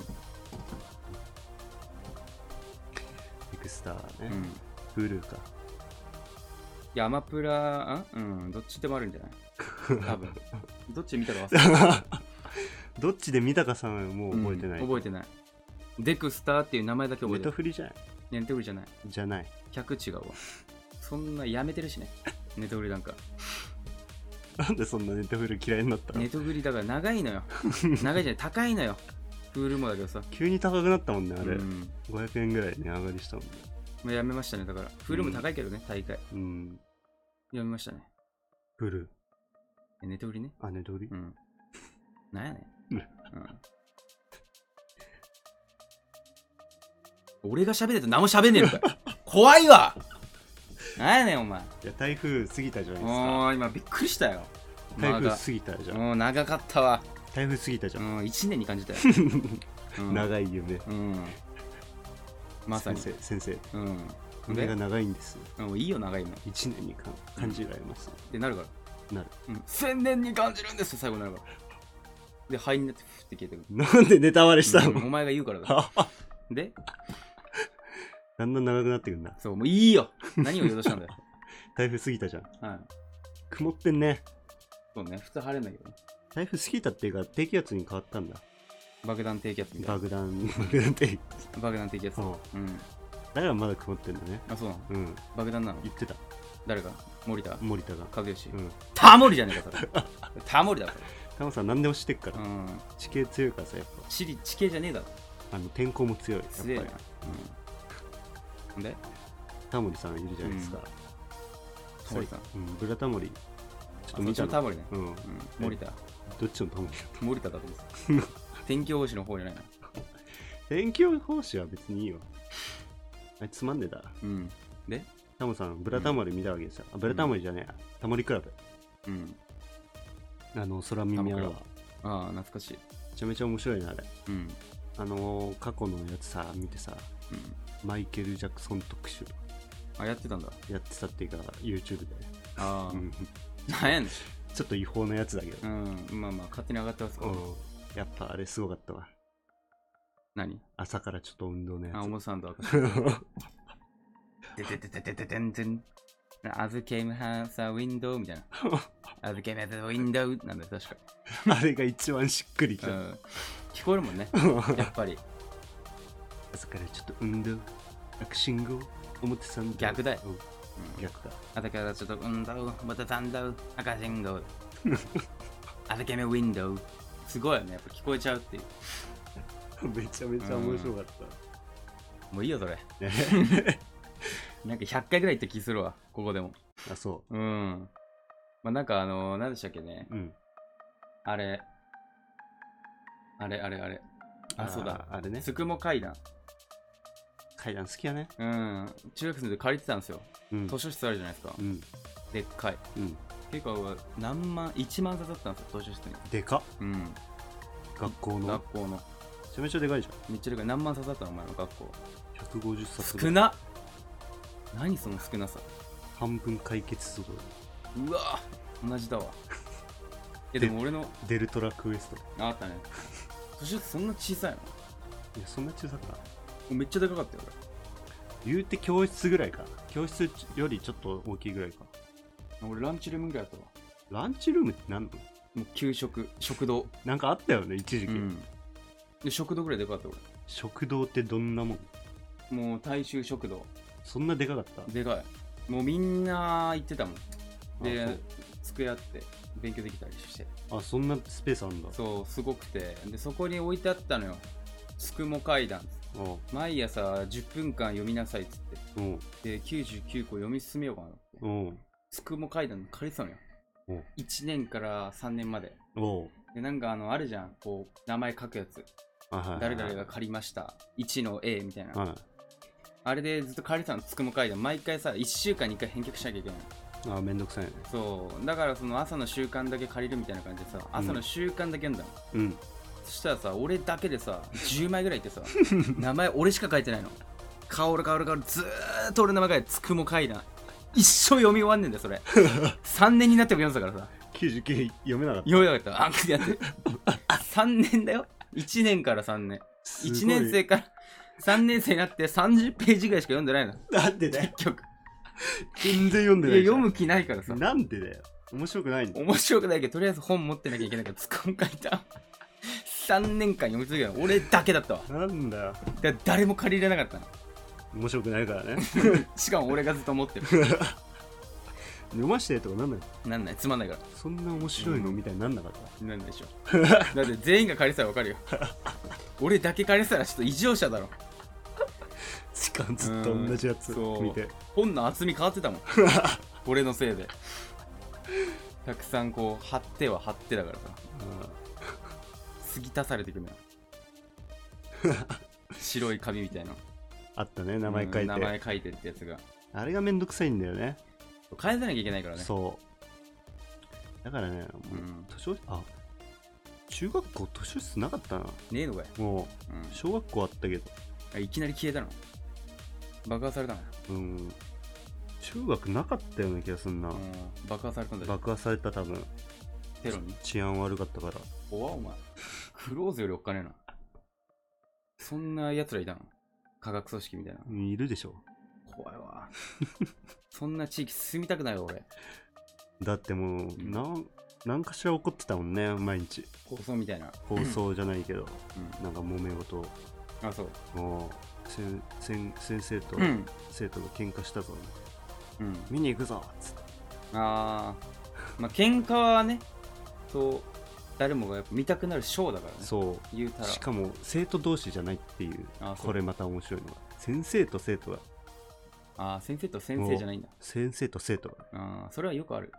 Speaker 1: クスター
Speaker 3: う
Speaker 1: ね、
Speaker 3: ん
Speaker 1: フルーか
Speaker 3: いやアマプラんうんどっちでもあるんじゃない多分どっちで見たか忘れた
Speaker 1: どっちで見たかさんはもう 覚えてない、
Speaker 3: うん覚えてないデクスターっていう名前だけ覚
Speaker 1: ネ
Speaker 3: えて
Speaker 1: タ
Speaker 3: る
Speaker 1: フリじゃない
Speaker 3: ネットフリじゃない
Speaker 1: じゃない
Speaker 3: 客違うわそんなやめてるしねネトフリなんか
Speaker 1: なんでそんなネタフリ嫌いになったの
Speaker 3: ネトフリだから長いのよ長いじゃない高いのよプールもだけどさ
Speaker 1: 急に高くなったもんねあれ、
Speaker 3: うん
Speaker 1: 500円ぐらい値上がりしたもんね
Speaker 3: もうやめましたねだからプールも高いけどね、大会
Speaker 1: うん
Speaker 3: やめましたね
Speaker 1: フル
Speaker 3: えネトフリね
Speaker 1: あネタフリ、
Speaker 3: うんなんやねん、うん、俺が喋ってて何も喋んねえのかよ怖い わなんやねんお前
Speaker 1: いや台風過ぎたじゃないですか
Speaker 3: もう今びっくりしたよ
Speaker 1: 台
Speaker 3: 間が
Speaker 1: 風過ぎたじゃん
Speaker 3: もう長かったわ。
Speaker 1: 台風過ぎたじ
Speaker 3: う
Speaker 1: ゃん、
Speaker 3: ん、1年に感 じたよ。うん、
Speaker 1: 長い夢
Speaker 3: うん。まさに。
Speaker 1: 先生先生
Speaker 3: うん。
Speaker 1: 夢が長いんです
Speaker 3: うん、もういいよ、長い夢。っ
Speaker 1: 一年にか感じられます、
Speaker 3: てなるから。
Speaker 1: なる
Speaker 3: うん。千年に感じるんですよ、最後になるから。で、灰になって、ふって消えてく
Speaker 1: なんでネタバレした
Speaker 3: る。うんお
Speaker 1: の
Speaker 3: 前が言うからだ。で、
Speaker 1: だんだん長くなってくんな
Speaker 3: そう、もうい いよ。何を言おうとしたんだよ。
Speaker 1: 台風過ぎたじゃん
Speaker 3: はい。
Speaker 1: 曇ってんね
Speaker 3: そうね、普通晴れんだけどね。
Speaker 1: 台風過ぎたっていうか低気圧に変わったんだ
Speaker 3: 爆弾低気圧みたい
Speaker 1: 爆弾爆弾って
Speaker 3: な。爆弾低気圧。
Speaker 1: うん
Speaker 3: うん。
Speaker 1: だからまだ曇ってんだね
Speaker 3: あ、そうなの
Speaker 1: うん
Speaker 3: 爆弾なの
Speaker 1: 言ってた
Speaker 3: 誰が森田
Speaker 1: 森田が
Speaker 3: 和義
Speaker 1: う。ん
Speaker 3: タモリじゃねえか、それ。タモリだ、そ
Speaker 1: タモさん何でもしてっ から、
Speaker 3: れ。うん。
Speaker 1: 地形強いからさやっ
Speaker 3: 地理地形じゃねえだろ
Speaker 1: ぱあの天候も強いやっぱ
Speaker 3: 強
Speaker 1: り
Speaker 3: えな、うん、で
Speaker 1: タモリさんいるじゃないですか、
Speaker 3: タモリさん
Speaker 1: うん、ブラタモリちょっと
Speaker 3: あそっ
Speaker 1: 見
Speaker 3: ちの
Speaker 1: た
Speaker 3: タ
Speaker 1: の
Speaker 3: モリね、
Speaker 1: うん
Speaker 3: うん、森田
Speaker 1: どっちのタモリだと
Speaker 3: 森田だと思 ってた天気予報士の方じゃないな
Speaker 1: 天気予報士は別にいいわあいつまんでた
Speaker 3: うんで
Speaker 1: タモさんブラタモリ見たわけですよ、あブラタモリじゃねえやタモリクラブ
Speaker 3: うん
Speaker 1: あの空耳アワ
Speaker 3: タ
Speaker 1: ー
Speaker 3: モ
Speaker 1: め
Speaker 3: クああ懐かしい
Speaker 1: ちゃめちゃ面白いなあれ
Speaker 3: うん
Speaker 1: あのー過去のやつさ見てさ
Speaker 3: うん
Speaker 1: マイケル・ジャクソン特集
Speaker 3: あやってたんだ
Speaker 1: やってたっていうか YouTube で、
Speaker 3: ああ、
Speaker 1: うん
Speaker 3: なんやねん
Speaker 1: ちょっと違法なやつだけど、
Speaker 3: うんまあまあ勝手に上がってますから、
Speaker 1: うんやっぱあれすごかったわ
Speaker 3: 何
Speaker 1: 朝からちょっと運動のや
Speaker 3: あ
Speaker 1: つ
Speaker 3: 重さんだでででででででんでん As came as a window みたい な As came as a window なんだよ確か
Speaker 1: あれが一番しっくりき
Speaker 3: う
Speaker 1: た、
Speaker 3: ん聞こえるもんねやっぱり
Speaker 1: 朝からちょっと運動悪信号表参道
Speaker 3: 逆だよ
Speaker 1: うん逆か
Speaker 3: あだからちょっと運動また残動赤信号 As came a window すごいよねやっぱ聞こえちゃうってい う
Speaker 1: めちゃめちゃ面白かった
Speaker 3: もういいよそれ、
Speaker 1: ね
Speaker 3: なんか100回ぐらい行った気するわここでも
Speaker 1: あそ
Speaker 3: うんまあなんかあの何でしたっけね
Speaker 1: ううん
Speaker 3: あれあれあれあれあそうだ
Speaker 1: あれね
Speaker 3: つくも階段
Speaker 1: 階段好きやね
Speaker 3: うん中学生で借りてたんですよ
Speaker 1: うん
Speaker 3: 図書室あるじゃないですか、
Speaker 1: うん
Speaker 3: でっかい
Speaker 1: うん
Speaker 3: 結構何万1万冊だったんですよ図書室に
Speaker 1: でかっ
Speaker 3: うん
Speaker 1: 学校の
Speaker 3: 学校の
Speaker 1: めちゃめちゃでかいじ
Speaker 3: めっちゃでかい何万冊だったのお前の学校
Speaker 1: ゃん150冊
Speaker 3: 少な何その少なさ
Speaker 1: 半分解決する
Speaker 3: うわ同じだ わいやでも俺の
Speaker 1: デルトラクエスト
Speaker 3: ああったね図書室そんな小さいのも
Speaker 1: いやそんな小さくないう
Speaker 3: めっちゃでかかったよ
Speaker 1: 言うて教室ぐらいか教室よりちょっと大きいぐらいか
Speaker 3: 俺俺ランチルームぐらいだったわ
Speaker 1: ランチルームって何の
Speaker 3: もう給食食堂
Speaker 1: なんかあったよね一時期、
Speaker 3: で食堂ぐらいでかかった俺
Speaker 1: 食堂ってどんなもん
Speaker 3: もう大衆食堂
Speaker 1: そんなでかかった
Speaker 3: でかいもうみんな行ってたもん
Speaker 1: あ
Speaker 3: で机あって勉強できたりして
Speaker 1: そうあそんなスペースあんだ
Speaker 3: そうすごくてでそこに置いてあったのよつくも階段
Speaker 1: あ
Speaker 3: 毎朝10分間読みなさいっつっ
Speaker 1: うん
Speaker 3: てで99個読み進めようかなって
Speaker 1: うん
Speaker 3: つくも階段借りてたのよ
Speaker 1: うん
Speaker 3: 1年から3年まで
Speaker 1: おう
Speaker 3: でなんかあのあるじゃんこう名前書くやつ
Speaker 1: はいはいはい
Speaker 3: 誰々が借りました1の A みたいな
Speaker 1: は
Speaker 3: あれでずっと借りてたのつくも階段毎回さ1週間に1回返却しなきゃいけない
Speaker 1: いあめんどくさいね
Speaker 3: そうだからその朝の習慣だけ借りるみたいな感じでさ朝の習慣だけやんだの、
Speaker 1: うん
Speaker 3: そしたらさ俺だけでさ10枚ぐらいいてさ 名前俺しか書いてないの薫薫薫ずーっと俺の名前書いてつくも階段一生読み終わんねんだ よそれ3年になっても読んでたからさ
Speaker 1: 99読めなかった
Speaker 3: 読めなかったあやって3年だよ1年から3年
Speaker 1: すごい
Speaker 3: 1年生から3年生になって30ページぐらいしか読んでないの
Speaker 1: なんで だよ
Speaker 3: 結局
Speaker 1: 全然読ん
Speaker 3: い
Speaker 1: でな
Speaker 3: や
Speaker 1: いじゃ
Speaker 3: 読
Speaker 1: ん
Speaker 3: む気ないからさ
Speaker 1: なんでだよ面白くないんだよ
Speaker 3: 面白くないけどとりあえず本持ってなきゃいけないからつかん書いた3年間読み続けたの俺だけだったわ
Speaker 1: なんだよ
Speaker 3: だから誰も借りれなかったの
Speaker 1: 面白くないからね
Speaker 3: しかも俺がずっと持ってる
Speaker 1: 読ましてとかなんない
Speaker 3: なんないつまんないか
Speaker 1: そんな面白いのみたいになんなかった
Speaker 3: らなんないでしょだって全員が借りてたらわかるよ俺だけ借りてたらちょっと異常者だろ
Speaker 1: 時間ずっと同じやつ
Speaker 3: そう
Speaker 1: 見て
Speaker 3: 本の厚み変わってたもん俺のせいでたくさんこう貼っては貼ってだからさ継ぎ足されてくるのよ白い紙みたいな
Speaker 1: あったね名前書
Speaker 3: う
Speaker 1: い
Speaker 3: ん名前
Speaker 1: て
Speaker 3: 書いてってやつが
Speaker 1: あれがめんどくさいんだよね
Speaker 3: 返さなきゃいけないからね
Speaker 1: そうだからねもう
Speaker 3: うん
Speaker 1: 図書あ中学校図書室なかったな
Speaker 3: ねえのかよ、
Speaker 1: も
Speaker 3: うん
Speaker 1: う小学校あったけど
Speaker 3: あいきなり消えたの爆破されたの、
Speaker 1: うん中学なかったような気がすんな
Speaker 3: うん、爆破されたんだよ
Speaker 1: 爆破された多分
Speaker 3: テロに
Speaker 1: 治安悪かったから
Speaker 3: 怖っお前クローズよりおっかねえなそんな奴らいたの科学組織みたいな
Speaker 1: うんいるでしょ
Speaker 3: 怖い わそんな地域住みたくないわ俺
Speaker 1: だってもうなん何かしら怒ってたもんね毎日
Speaker 3: 放送みたいな、
Speaker 1: 放送じゃないけど
Speaker 3: う
Speaker 1: なんか揉め事
Speaker 3: ん、あそう
Speaker 1: もうせんせん先生と
Speaker 3: うん、
Speaker 1: 生徒が喧嘩したぞ、
Speaker 3: うん、
Speaker 1: 見に行くぞつって
Speaker 3: あーまあ喧嘩はねそう誰もがやっぱ見たくなるショーだからね
Speaker 1: そ
Speaker 3: 言う
Speaker 1: う
Speaker 3: たら
Speaker 1: しかも生徒同士じゃないっていう
Speaker 3: あそう
Speaker 1: これまた面白いのが先生と生徒が
Speaker 3: あー先生と先生じゃないんだ
Speaker 1: 先生と生徒が
Speaker 3: あーそれはよくある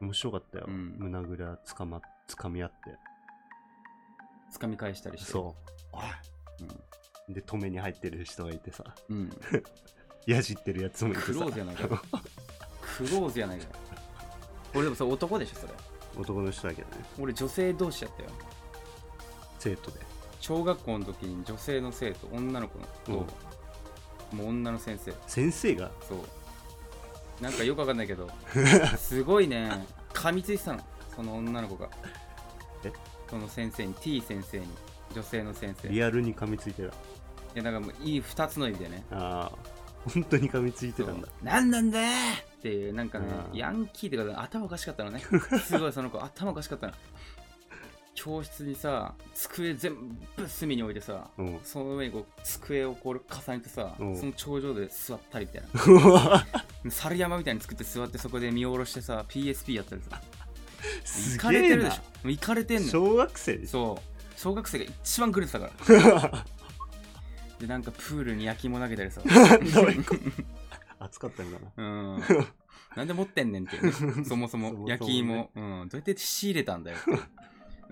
Speaker 1: 面白かったよ、
Speaker 3: うん
Speaker 1: 胸ぐらつかまつかみ合って
Speaker 3: 掴み返したりして
Speaker 1: そうおい、で止めに入ってる人がいてさ
Speaker 3: う、うん、
Speaker 1: やじってるやつもいてさ
Speaker 3: クローズやないかよクローズやないかよ俺でもそれ男でしょそれ
Speaker 1: 男の人だけどね
Speaker 3: 俺女性同士やったよ
Speaker 1: 生徒で
Speaker 3: 小学校の時に女性の生徒女の子のと、
Speaker 1: うん
Speaker 3: もう女の先生
Speaker 1: 先生が
Speaker 3: そうなんかよくわかんないけどすごいね噛みついてたのその女の子が
Speaker 1: え
Speaker 3: その先生に T 先生に女性の先生い
Speaker 1: リアルに噛みついてた
Speaker 3: やだからもういい2つの意味でね
Speaker 1: ああ本当に噛みついてたんだ
Speaker 3: そうなんなんだよっていうなんかね
Speaker 1: あー
Speaker 3: ヤンキーってか頭おかしかっ たのねすごいその子頭おかしかったの教室にさ机全部隅に置いてさ
Speaker 1: うん
Speaker 3: その上にこう机をこう重ねてさ
Speaker 1: うん
Speaker 3: その頂上で座ったりみたい な猿山みたいに作って座ってそこで見下ろしてさ PSP やったりさ
Speaker 1: す
Speaker 3: 行かれ
Speaker 1: げ
Speaker 3: て
Speaker 1: え
Speaker 3: るで
Speaker 1: な
Speaker 3: しょもう行かれてんのよ
Speaker 1: 小学生でしょ
Speaker 3: そう小学生が一番狂ってたから でなんかプールに焼き芋投げたりさ
Speaker 1: 暑かったんだな
Speaker 3: うんなんで持ってんねんっていう ねそもそ
Speaker 1: そもそも
Speaker 3: も
Speaker 1: ね
Speaker 3: 焼き芋、うん、どうやって仕入れたんだよっていう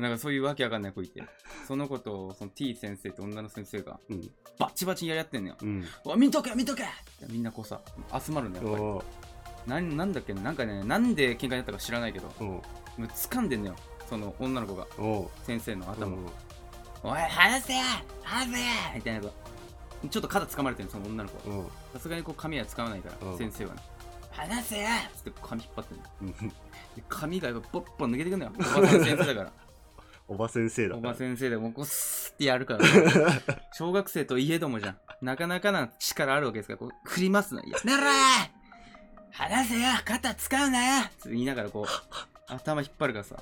Speaker 3: なんかそういうわけわかんない子いてその子とその T 先生と女の先生が
Speaker 1: うん
Speaker 3: バチバチにやり合ってんのよ
Speaker 1: うん
Speaker 3: おい見とけ見とけってみんなこうさ集まるんだよやっぱり
Speaker 1: おー
Speaker 3: なんなんだっけななんかねなんで喧嘩になったか知らないけど
Speaker 1: お
Speaker 3: もう掴んでんのよその女の子が
Speaker 1: ーお
Speaker 3: 先生の
Speaker 1: ー
Speaker 3: 頭を、
Speaker 1: うん
Speaker 3: おい離せ離せみたいなことちょっと肩掴まれてるその女の子は
Speaker 1: うん
Speaker 3: さすがにこう髪は使わないから、
Speaker 1: うん
Speaker 3: 先生はね離せつって髪引っ張ってる
Speaker 1: うん
Speaker 3: で髪がやっぱボッボン抜けてくんだよおばさ ん先生だか
Speaker 1: おば先生だ
Speaker 3: らお
Speaker 1: から
Speaker 3: ば先生でもうこうスーってやるから 小学生といえどもじゃんなかなかな力あるわけですからこう振りますな やめろー離せよ肩使うなよって言いながらこ う頭引っ張るからさ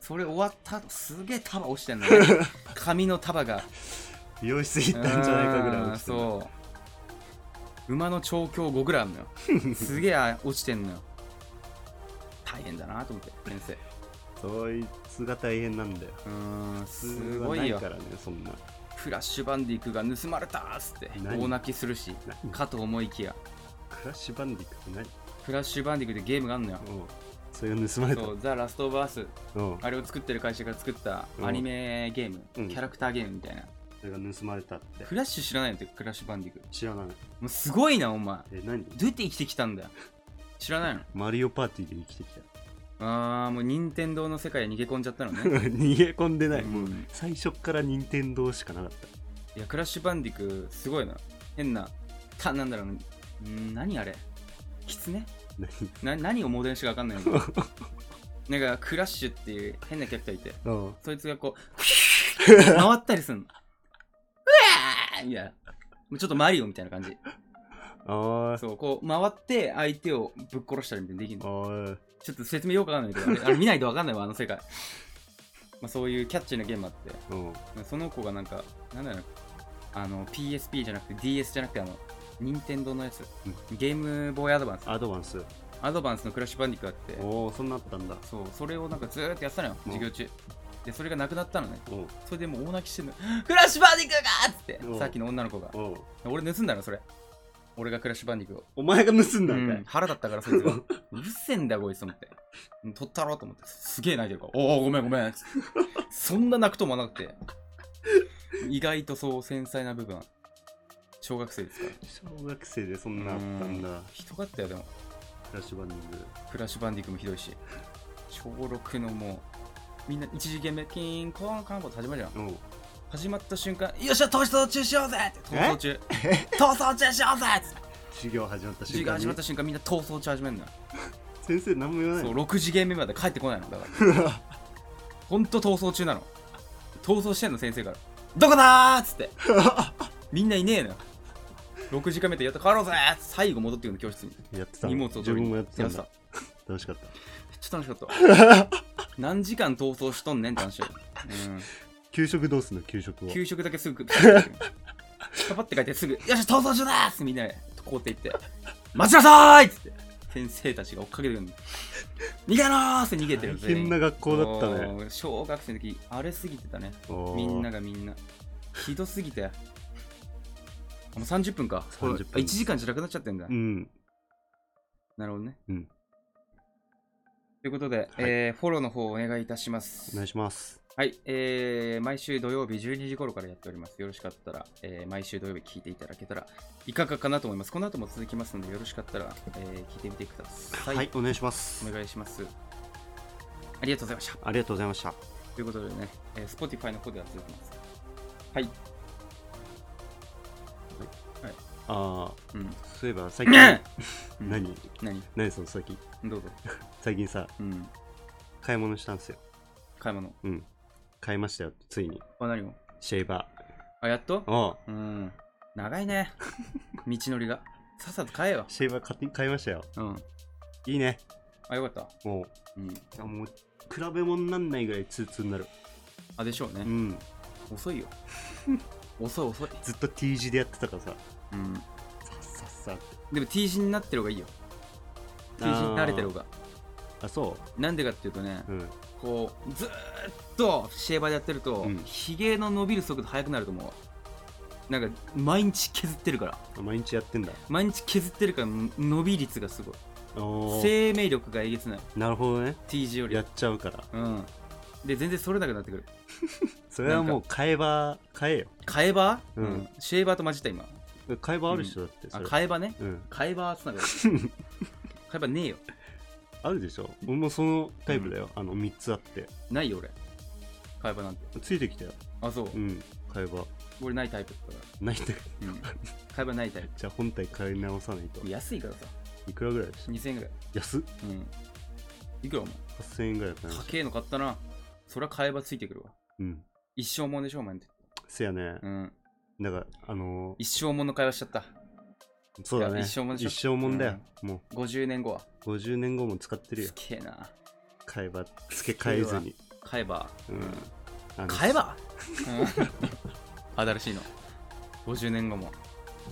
Speaker 3: それ終わった後すげえ束落ちて んのね髪の束が
Speaker 1: 美容室行ったんじゃないかぐらい落ちてる
Speaker 3: そう馬の調教5ぐらいあん のよすげえ落ちてんのよ大変だなと思って先生
Speaker 1: そいつが大変なんだよ
Speaker 3: うーん
Speaker 1: 普通
Speaker 3: す
Speaker 1: は
Speaker 3: ご
Speaker 1: ないい
Speaker 3: よ
Speaker 1: からねそんな
Speaker 3: フラッシュバンディクが盗まれたっつって
Speaker 1: 何
Speaker 3: 大泣きするし
Speaker 1: 何
Speaker 3: かと思いきや
Speaker 1: クラッシュバンディックって何
Speaker 3: フラッシュバンディクでゲームがあんのよ
Speaker 1: おうそれが盗まれた
Speaker 3: そうザ・ラスト・オブ・アース
Speaker 1: うん
Speaker 3: あれを作ってる会社が作った
Speaker 1: うん
Speaker 3: アニメゲーム、
Speaker 1: うん
Speaker 3: キャラクターゲームみたいな
Speaker 1: それが盗まれたって
Speaker 3: フラッシュ知らないのってフラッシュバンディク
Speaker 1: 知らない
Speaker 3: もうすごいなお前ど
Speaker 1: え何
Speaker 3: うやって生きてきたんだよ知らないの
Speaker 1: マリオパーティーで生きてきた
Speaker 3: あーもう任天堂の世界へ逃げ込んじゃった のね、
Speaker 1: 逃げ込んで
Speaker 3: う
Speaker 1: ない、
Speaker 3: ん、
Speaker 1: 最初っから任天堂しかなかった
Speaker 3: いやクラッシュバンディクすごいな変なたなんだろうねうん何あれキツネ
Speaker 1: 何
Speaker 3: な何をモデルにしたか分かんないけどなんかクラッシュって いう変なキャラクターいて
Speaker 1: うん
Speaker 3: そいつがこう回ったりすんのうわーみたいなちょっとマリオみたいな感じ
Speaker 1: あ
Speaker 3: そうこう回って相手をぶっ殺したりみたいなのできる
Speaker 1: あ
Speaker 3: の
Speaker 1: おい
Speaker 3: ちょっと説明よくわかんないけどあれあれ見ないとわかんないわあの世界、まあ、そういうキャッチーなゲームあって
Speaker 1: うん
Speaker 3: その子がなんか、なんだろう、あの、PSP じゃなくて DS じゃなくて、あの、任天堂のやつ、ゲームボーイアドバンス、
Speaker 1: アドバンス
Speaker 3: アドバンスのクラッシュバンディクがあって、
Speaker 1: おおそんなあったんだ
Speaker 3: そう、それをなんかずーっとやってたのよ、
Speaker 1: うん
Speaker 3: 授業中。で、それがなくなったのね。
Speaker 1: おう
Speaker 3: それでもう大 泣きしてるの、クラッシュバンディクがーっつって
Speaker 1: うん、
Speaker 3: さっきの女の子が。
Speaker 1: おう
Speaker 3: 俺盗んだの、それ。俺がクラッシュバンディクを。
Speaker 1: お前が盗んだ
Speaker 3: うん
Speaker 1: か
Speaker 3: ん
Speaker 1: い、
Speaker 3: 腹立ったから、そ いつが。うるせえんだよ、こいつと思って。うん取ったろと思って。すげえ泣いてるから。おお、ごめんごめん。つってそんな泣くと思わなくて。意外とそう繊細な部分。小学生ですから。
Speaker 1: 小学生でそんなあったんだ
Speaker 3: ひどかったよ、でも。
Speaker 1: フラッシュバンディング
Speaker 3: フラッシュバンディクもひどいし。小6のもう、みんな一次元目、キーン、コーン、カンボって始まるじゃん。
Speaker 1: おう
Speaker 3: 始まった瞬間、よっしゃ、逃走中しようぜって逃走中。逃走中しようぜつって
Speaker 1: 授業始まった瞬
Speaker 3: 授業
Speaker 1: 間
Speaker 3: 始ま
Speaker 1: に
Speaker 3: った瞬間、みんな逃走中始めるのよ。
Speaker 1: 先生何も言わない
Speaker 3: そう
Speaker 1: の
Speaker 3: 6次元目まで帰ってこないのだから ほんと逃走中なの逃走してんの先生から「どこだ!」っつってみんないねえのよ6時間目でやっと帰ろうぜー最後戻ってくるの教室に
Speaker 1: やってたの
Speaker 3: 荷物を
Speaker 1: 自
Speaker 3: 取り
Speaker 1: 分
Speaker 3: に
Speaker 1: もやってたん
Speaker 3: めっ
Speaker 1: だ楽しかっ
Speaker 3: ちゃ楽しかった 何時間逃走しとんねんって話よ、う
Speaker 1: た給食どうすんの給食を
Speaker 3: ん、給食だけすぐ食ってパパって書いてすぐ「よし逃走中だー!」っつってみんなで校庭行って「待ちなさーい!」っつって先生たちが追っかけてくるの逃げろーっつって逃げてる
Speaker 1: 大変な学校だったね
Speaker 3: そう小学生の時荒れすぎてたね
Speaker 1: おう
Speaker 3: みんながみんなひどすぎてあもう30分か
Speaker 1: 30分
Speaker 3: 1時間じゃなくなっちゃってんだ、
Speaker 1: うん
Speaker 3: なるほどね、
Speaker 1: うん
Speaker 3: ということで、えーフォローの方お願いいたします
Speaker 1: お願いします
Speaker 3: はい、えー毎週土曜日12時頃からやっております。よろしかったら、えー毎週土曜日聞いていただけたらいかがかなと思います。この後も続きますので、よろしかったら、えー聞いてみてくださ。
Speaker 1: はいいお願いします
Speaker 3: お願いします。ありがとうございました。
Speaker 1: ありがとうございました
Speaker 3: ということでね、えー Spotify の方では続きます。はい。はい。
Speaker 1: あ
Speaker 3: うん
Speaker 1: あ、そういえば 最近
Speaker 3: ね、
Speaker 1: 何
Speaker 3: 何
Speaker 1: 何その最近、
Speaker 3: どうぞ
Speaker 1: 最近さ、
Speaker 3: うん
Speaker 1: 買い物したんですよ。
Speaker 3: 買い物
Speaker 1: うん。買いましたよ、ついに。
Speaker 3: あ何を
Speaker 1: シェーバ
Speaker 3: あやっと
Speaker 1: ー。おう
Speaker 3: うん長いね道のりがさっさと買えよ
Speaker 1: シェーバー買って買いましたよ。
Speaker 3: うん
Speaker 1: いいね。
Speaker 3: あよかった
Speaker 1: もう、
Speaker 3: うん
Speaker 1: いやもう、比べ物になんないぐらいツーツーになる。
Speaker 3: あでしょうね、
Speaker 1: うん。
Speaker 3: 遅 いよ遅い遅い
Speaker 1: ずっと T 字でやってたからさ、
Speaker 3: うん
Speaker 1: さっさっさって。
Speaker 3: でも T 字になってる方がいいよ T 字に慣れてる方が
Speaker 1: あ、そ
Speaker 3: なんでかっていうとね、
Speaker 1: ううん。
Speaker 3: こうずーっとシェーバーでやってると、
Speaker 1: うん
Speaker 3: ひげの伸びる速度速くなると思うわなんか毎日削ってるから
Speaker 1: 毎日やってんだ。
Speaker 3: 毎日削ってるからん伸び率がすごい
Speaker 1: おー
Speaker 3: 生命力がえげつない
Speaker 1: なるほどね。
Speaker 3: T 字より
Speaker 1: やっちゃうから。
Speaker 3: うんで全然それなくなってくる
Speaker 1: それはもう買えば、買えよ。
Speaker 3: 買えば、
Speaker 1: うん
Speaker 3: シェーバーと混じった今
Speaker 1: 買えばある人だって、そ
Speaker 3: あ
Speaker 1: れ。
Speaker 3: 買えばね
Speaker 1: うん。
Speaker 3: 買えばつなが る買えばねえよ
Speaker 1: あるでしょ俺もそのタイプだよ、あの3つあって
Speaker 3: ないよ俺買えばなんて
Speaker 1: ついてきたよ
Speaker 3: あそう、
Speaker 1: うん買えば
Speaker 3: 俺ないタイプだか
Speaker 1: ないんだけど
Speaker 3: ら、うん、買えばないタイプ
Speaker 1: じゃあ本体買い直さないと
Speaker 3: 安いからさ
Speaker 1: いくらぐらいでし
Speaker 3: 2000円ぐらい
Speaker 1: た安っ
Speaker 3: うんいくらお前
Speaker 1: 8000円ぐらいかな
Speaker 3: 高えの買ったなそりゃ買えばついてくるわ
Speaker 1: うん
Speaker 3: 一生もんでしょお前って
Speaker 1: せやね
Speaker 3: うん
Speaker 1: だからあの
Speaker 3: 一生もんの会話しちゃった
Speaker 1: ーそうだ
Speaker 3: い
Speaker 1: ね
Speaker 3: や一生もんでしょ
Speaker 1: 一生もんだよ、も
Speaker 3: 50年後は
Speaker 1: う50年後も使ってるよ
Speaker 3: すげえな
Speaker 1: 買えば付け替えずに
Speaker 3: 買えば
Speaker 1: うんあの
Speaker 3: 買え ば、うん、新しいの50年後も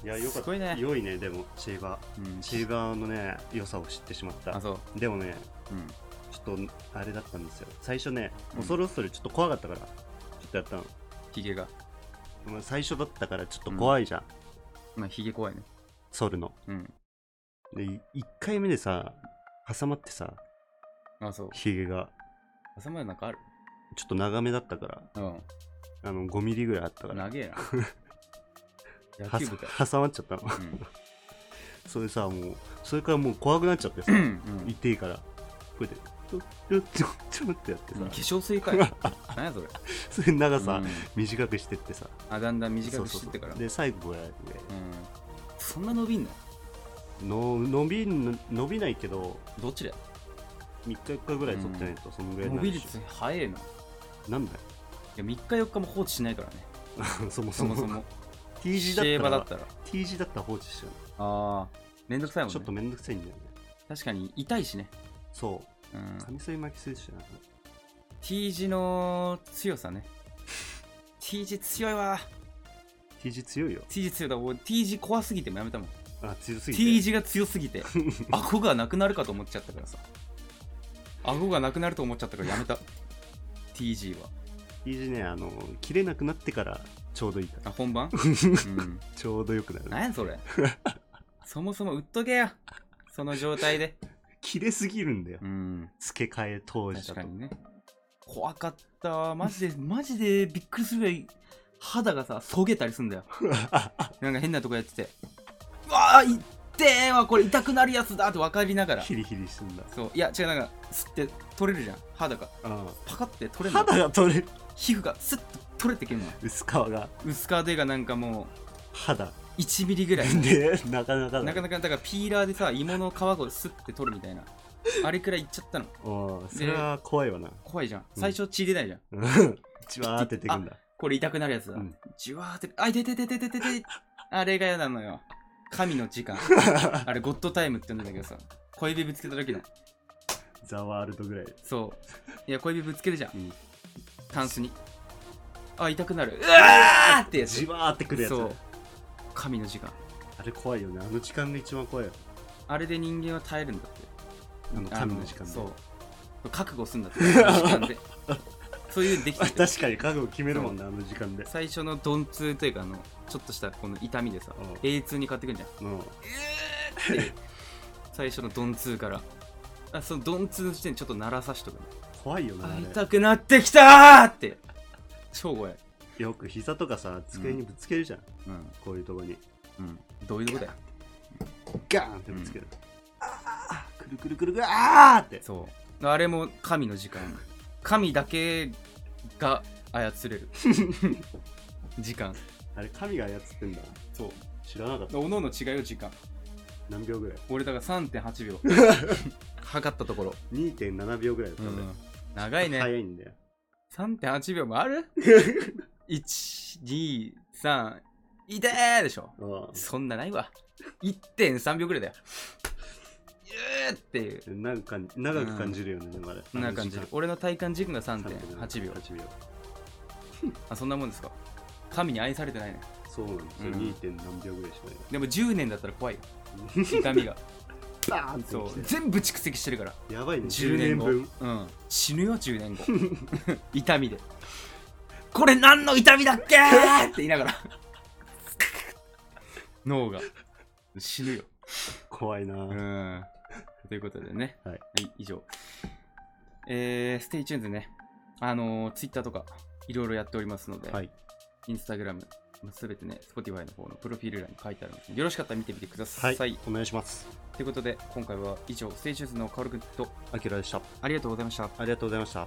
Speaker 1: いやよか
Speaker 3: す
Speaker 1: っ
Speaker 3: ごい
Speaker 1: た
Speaker 3: ね
Speaker 1: 良いねでもシェーバー
Speaker 3: うん
Speaker 1: シェーバーのね良さを知ってしまっ
Speaker 3: あ
Speaker 1: た
Speaker 3: そう
Speaker 1: でもね
Speaker 3: うん
Speaker 1: ちょっとあれだったんですよ最初ね
Speaker 3: うん
Speaker 1: 恐る恐るちょっと怖かったから、ちょっとやったの
Speaker 3: ヒゲが
Speaker 1: まあ最初だったからちょっと怖いじゃん、
Speaker 3: まあヒゲ怖いね
Speaker 1: ソルの
Speaker 3: うん
Speaker 1: で1回目でさ挟まってさ
Speaker 3: あそう
Speaker 1: ヒゲが
Speaker 3: 朝までなんかある
Speaker 1: ちょっと長めだったから
Speaker 3: うん
Speaker 1: あの5ミリぐらいあったから
Speaker 3: 長え な野球部かよ
Speaker 1: は挟まっちゃったのそれさもうそれからもう怖くなっちゃってさ
Speaker 3: うん、うん
Speaker 1: 痛 いからこうやってちょちょちょちょってやってさ
Speaker 3: 化、粧水かよ何やそれ
Speaker 1: それ長さ、
Speaker 3: うん
Speaker 1: 短くしてってさ
Speaker 3: あだんだん短くしてってから
Speaker 1: そうそうそうで最後はね
Speaker 3: うんそんな伸びんの
Speaker 1: の伸びん伸びないけど
Speaker 3: どっちだよ
Speaker 1: 3日4日ぐらい剃ってないとそのぐらいに
Speaker 3: 伸
Speaker 1: なる
Speaker 3: び
Speaker 1: し
Speaker 3: 率早えない
Speaker 1: なんだよ
Speaker 3: や3日4日も放置しないから ね
Speaker 1: そも
Speaker 3: そ
Speaker 1: そも
Speaker 3: もそも
Speaker 1: T 字
Speaker 3: シ
Speaker 1: だっ
Speaker 3: ェー
Speaker 1: た
Speaker 3: バーだ
Speaker 1: ら
Speaker 3: ったら
Speaker 1: T 字だったら放置しちゃう
Speaker 3: ああめんどくさいもん
Speaker 1: ちょ
Speaker 3: ね
Speaker 1: っとめんどくさいんだよね。
Speaker 3: 確かに痛いしね
Speaker 1: そうう。
Speaker 3: ん
Speaker 1: カミソリ巻きするしな。
Speaker 3: T 字の強さね T 字強いわ
Speaker 1: T 字強いよ。
Speaker 3: T 字強いだ俺 T 字怖すぎてもやめたもん
Speaker 1: あ、強すぎて。
Speaker 3: T 字が強す ぎて顎がなくなるかと思っちゃったからさ顎がなくなると思っちゃったからやめた T 字は
Speaker 1: T 字ね、あの、切れなくなってからちょうどいいから。
Speaker 3: あ本 番うん
Speaker 1: ちょうどよくなる。
Speaker 3: 何やそ れそもそも売っとけよその状態で
Speaker 1: 切れすぎるんだよ
Speaker 3: う。ん
Speaker 1: 付け替え当時
Speaker 3: 確
Speaker 1: だ
Speaker 3: か
Speaker 1: と。
Speaker 3: にね怖かったわマジでマジでびっくりするぐらい肌がさそげたりすんだよなんか変なとこやっててうわあ痛えわこれ痛くなるやつだって分かりながら
Speaker 1: ヒリヒリすんだ。
Speaker 3: そういや違うなんか吸って取れるじゃん肌が
Speaker 1: あ
Speaker 3: パカって取れるの
Speaker 1: 肌が取れる。
Speaker 3: 皮膚がスッと取れてけんの
Speaker 1: 薄皮が。
Speaker 3: 薄皮でがなんかも
Speaker 1: 肌。
Speaker 3: う1ミリ ぐらい
Speaker 1: で、なかなかだ。
Speaker 3: なかなかだからピーラーでさ芋の皮をスッて取るみたいなあれくらいいっちゃったの
Speaker 1: うんそれは怖いわな。
Speaker 3: 怖いじゃん最初血出ないじゃん、
Speaker 1: うんじわーって出てくんだ。
Speaker 3: これ痛くなるやつだ、
Speaker 1: うん
Speaker 3: じわーってあいてててててててあれが嫌なのよ神 の時間あれゴッドタイムって言うんだけどさ小指ぶつけた時の
Speaker 1: ザワールドぐらい。
Speaker 3: そういや小指ぶつけるじゃん
Speaker 1: うん
Speaker 3: タンスにあ痛くなるうわーってやつ
Speaker 1: じわーってくるやつ
Speaker 3: そ。う神の時間
Speaker 1: あれ怖いよね。あの時間が一番怖いよ。
Speaker 3: あれで人間は耐えるんだって
Speaker 1: あの神の時間
Speaker 3: あ
Speaker 1: で。
Speaker 3: そう覚悟するんだって時間でそういうのできてて
Speaker 1: 確かに覚悟決めるもんな、あの時間で。
Speaker 3: 最初の鈍痛というかあのちょっとしたこの痛みでさ
Speaker 1: うん
Speaker 3: A 痛に買ってくんじゃん
Speaker 1: うん。
Speaker 3: 最初の鈍痛からあその鈍痛の時点でちょっと鳴らさしとくの
Speaker 1: 怖いよな、
Speaker 3: あ
Speaker 1: あれ。
Speaker 3: 痛くなってきたーって超怖い
Speaker 1: よく膝とかさ、机にぶつけるじゃん。
Speaker 3: うん
Speaker 1: こういうとこに。
Speaker 3: うんどういうことだよ
Speaker 1: ガーンってぶつける。ああくるくるくるくる、ああって。
Speaker 3: そうあれも神の時間神だけ が操れる時間
Speaker 1: あれ、神が操ってんだ。
Speaker 3: そう
Speaker 1: 知らなかった。
Speaker 3: おのおの違うよ時間
Speaker 1: 何秒ぐらい
Speaker 3: 俺だから3.8秒 測ったところ、
Speaker 1: ?2.7 秒ぐらいだっ
Speaker 3: う
Speaker 1: たんだよ
Speaker 3: ん、長いね
Speaker 1: 早いんだよ。
Speaker 3: 3.8秒もあ る ?123 いてーでしょ
Speaker 1: ああ
Speaker 3: そんなないわ1.3秒ぐらいだよゆーっていう
Speaker 1: なんか長く感じるよね、でもあれ。
Speaker 3: そんな感じ
Speaker 1: あの時間
Speaker 3: 俺の体感軸が
Speaker 1: 3.8
Speaker 3: 3.8秒
Speaker 1: 8秒。
Speaker 3: あそんなもんですか神に愛されてないね
Speaker 1: そうなんですよ。
Speaker 3: うん
Speaker 1: 2. 何秒ぐらいしかない。
Speaker 3: でも10年だったら 怖いよ痛みが
Speaker 1: バーンって
Speaker 3: そう
Speaker 1: 来
Speaker 3: 全部蓄積してるから
Speaker 1: て。やばいね。
Speaker 3: 10
Speaker 1: 10年
Speaker 3: 年後
Speaker 1: 分。
Speaker 3: うん、死ぬよ10年後 痛みでこれ何の痛みだっけーって言いなが ら脳が死ぬよ
Speaker 1: 怖いな
Speaker 3: う。んということでね
Speaker 1: はい
Speaker 3: 以上えー、ステイチューンズねあのー、ツイッターとかいろいろやっておりますので、
Speaker 1: はい。
Speaker 3: インスタグラムすべてね Spotify の方のプロフィール欄に書いてあるのでよろしかったら見てみてください、
Speaker 1: はい。お願いします。
Speaker 3: ということで今回は以上ステイチューンズのカオル君と
Speaker 1: あきらでした。
Speaker 3: ありがとうございました
Speaker 1: ありがとうございました。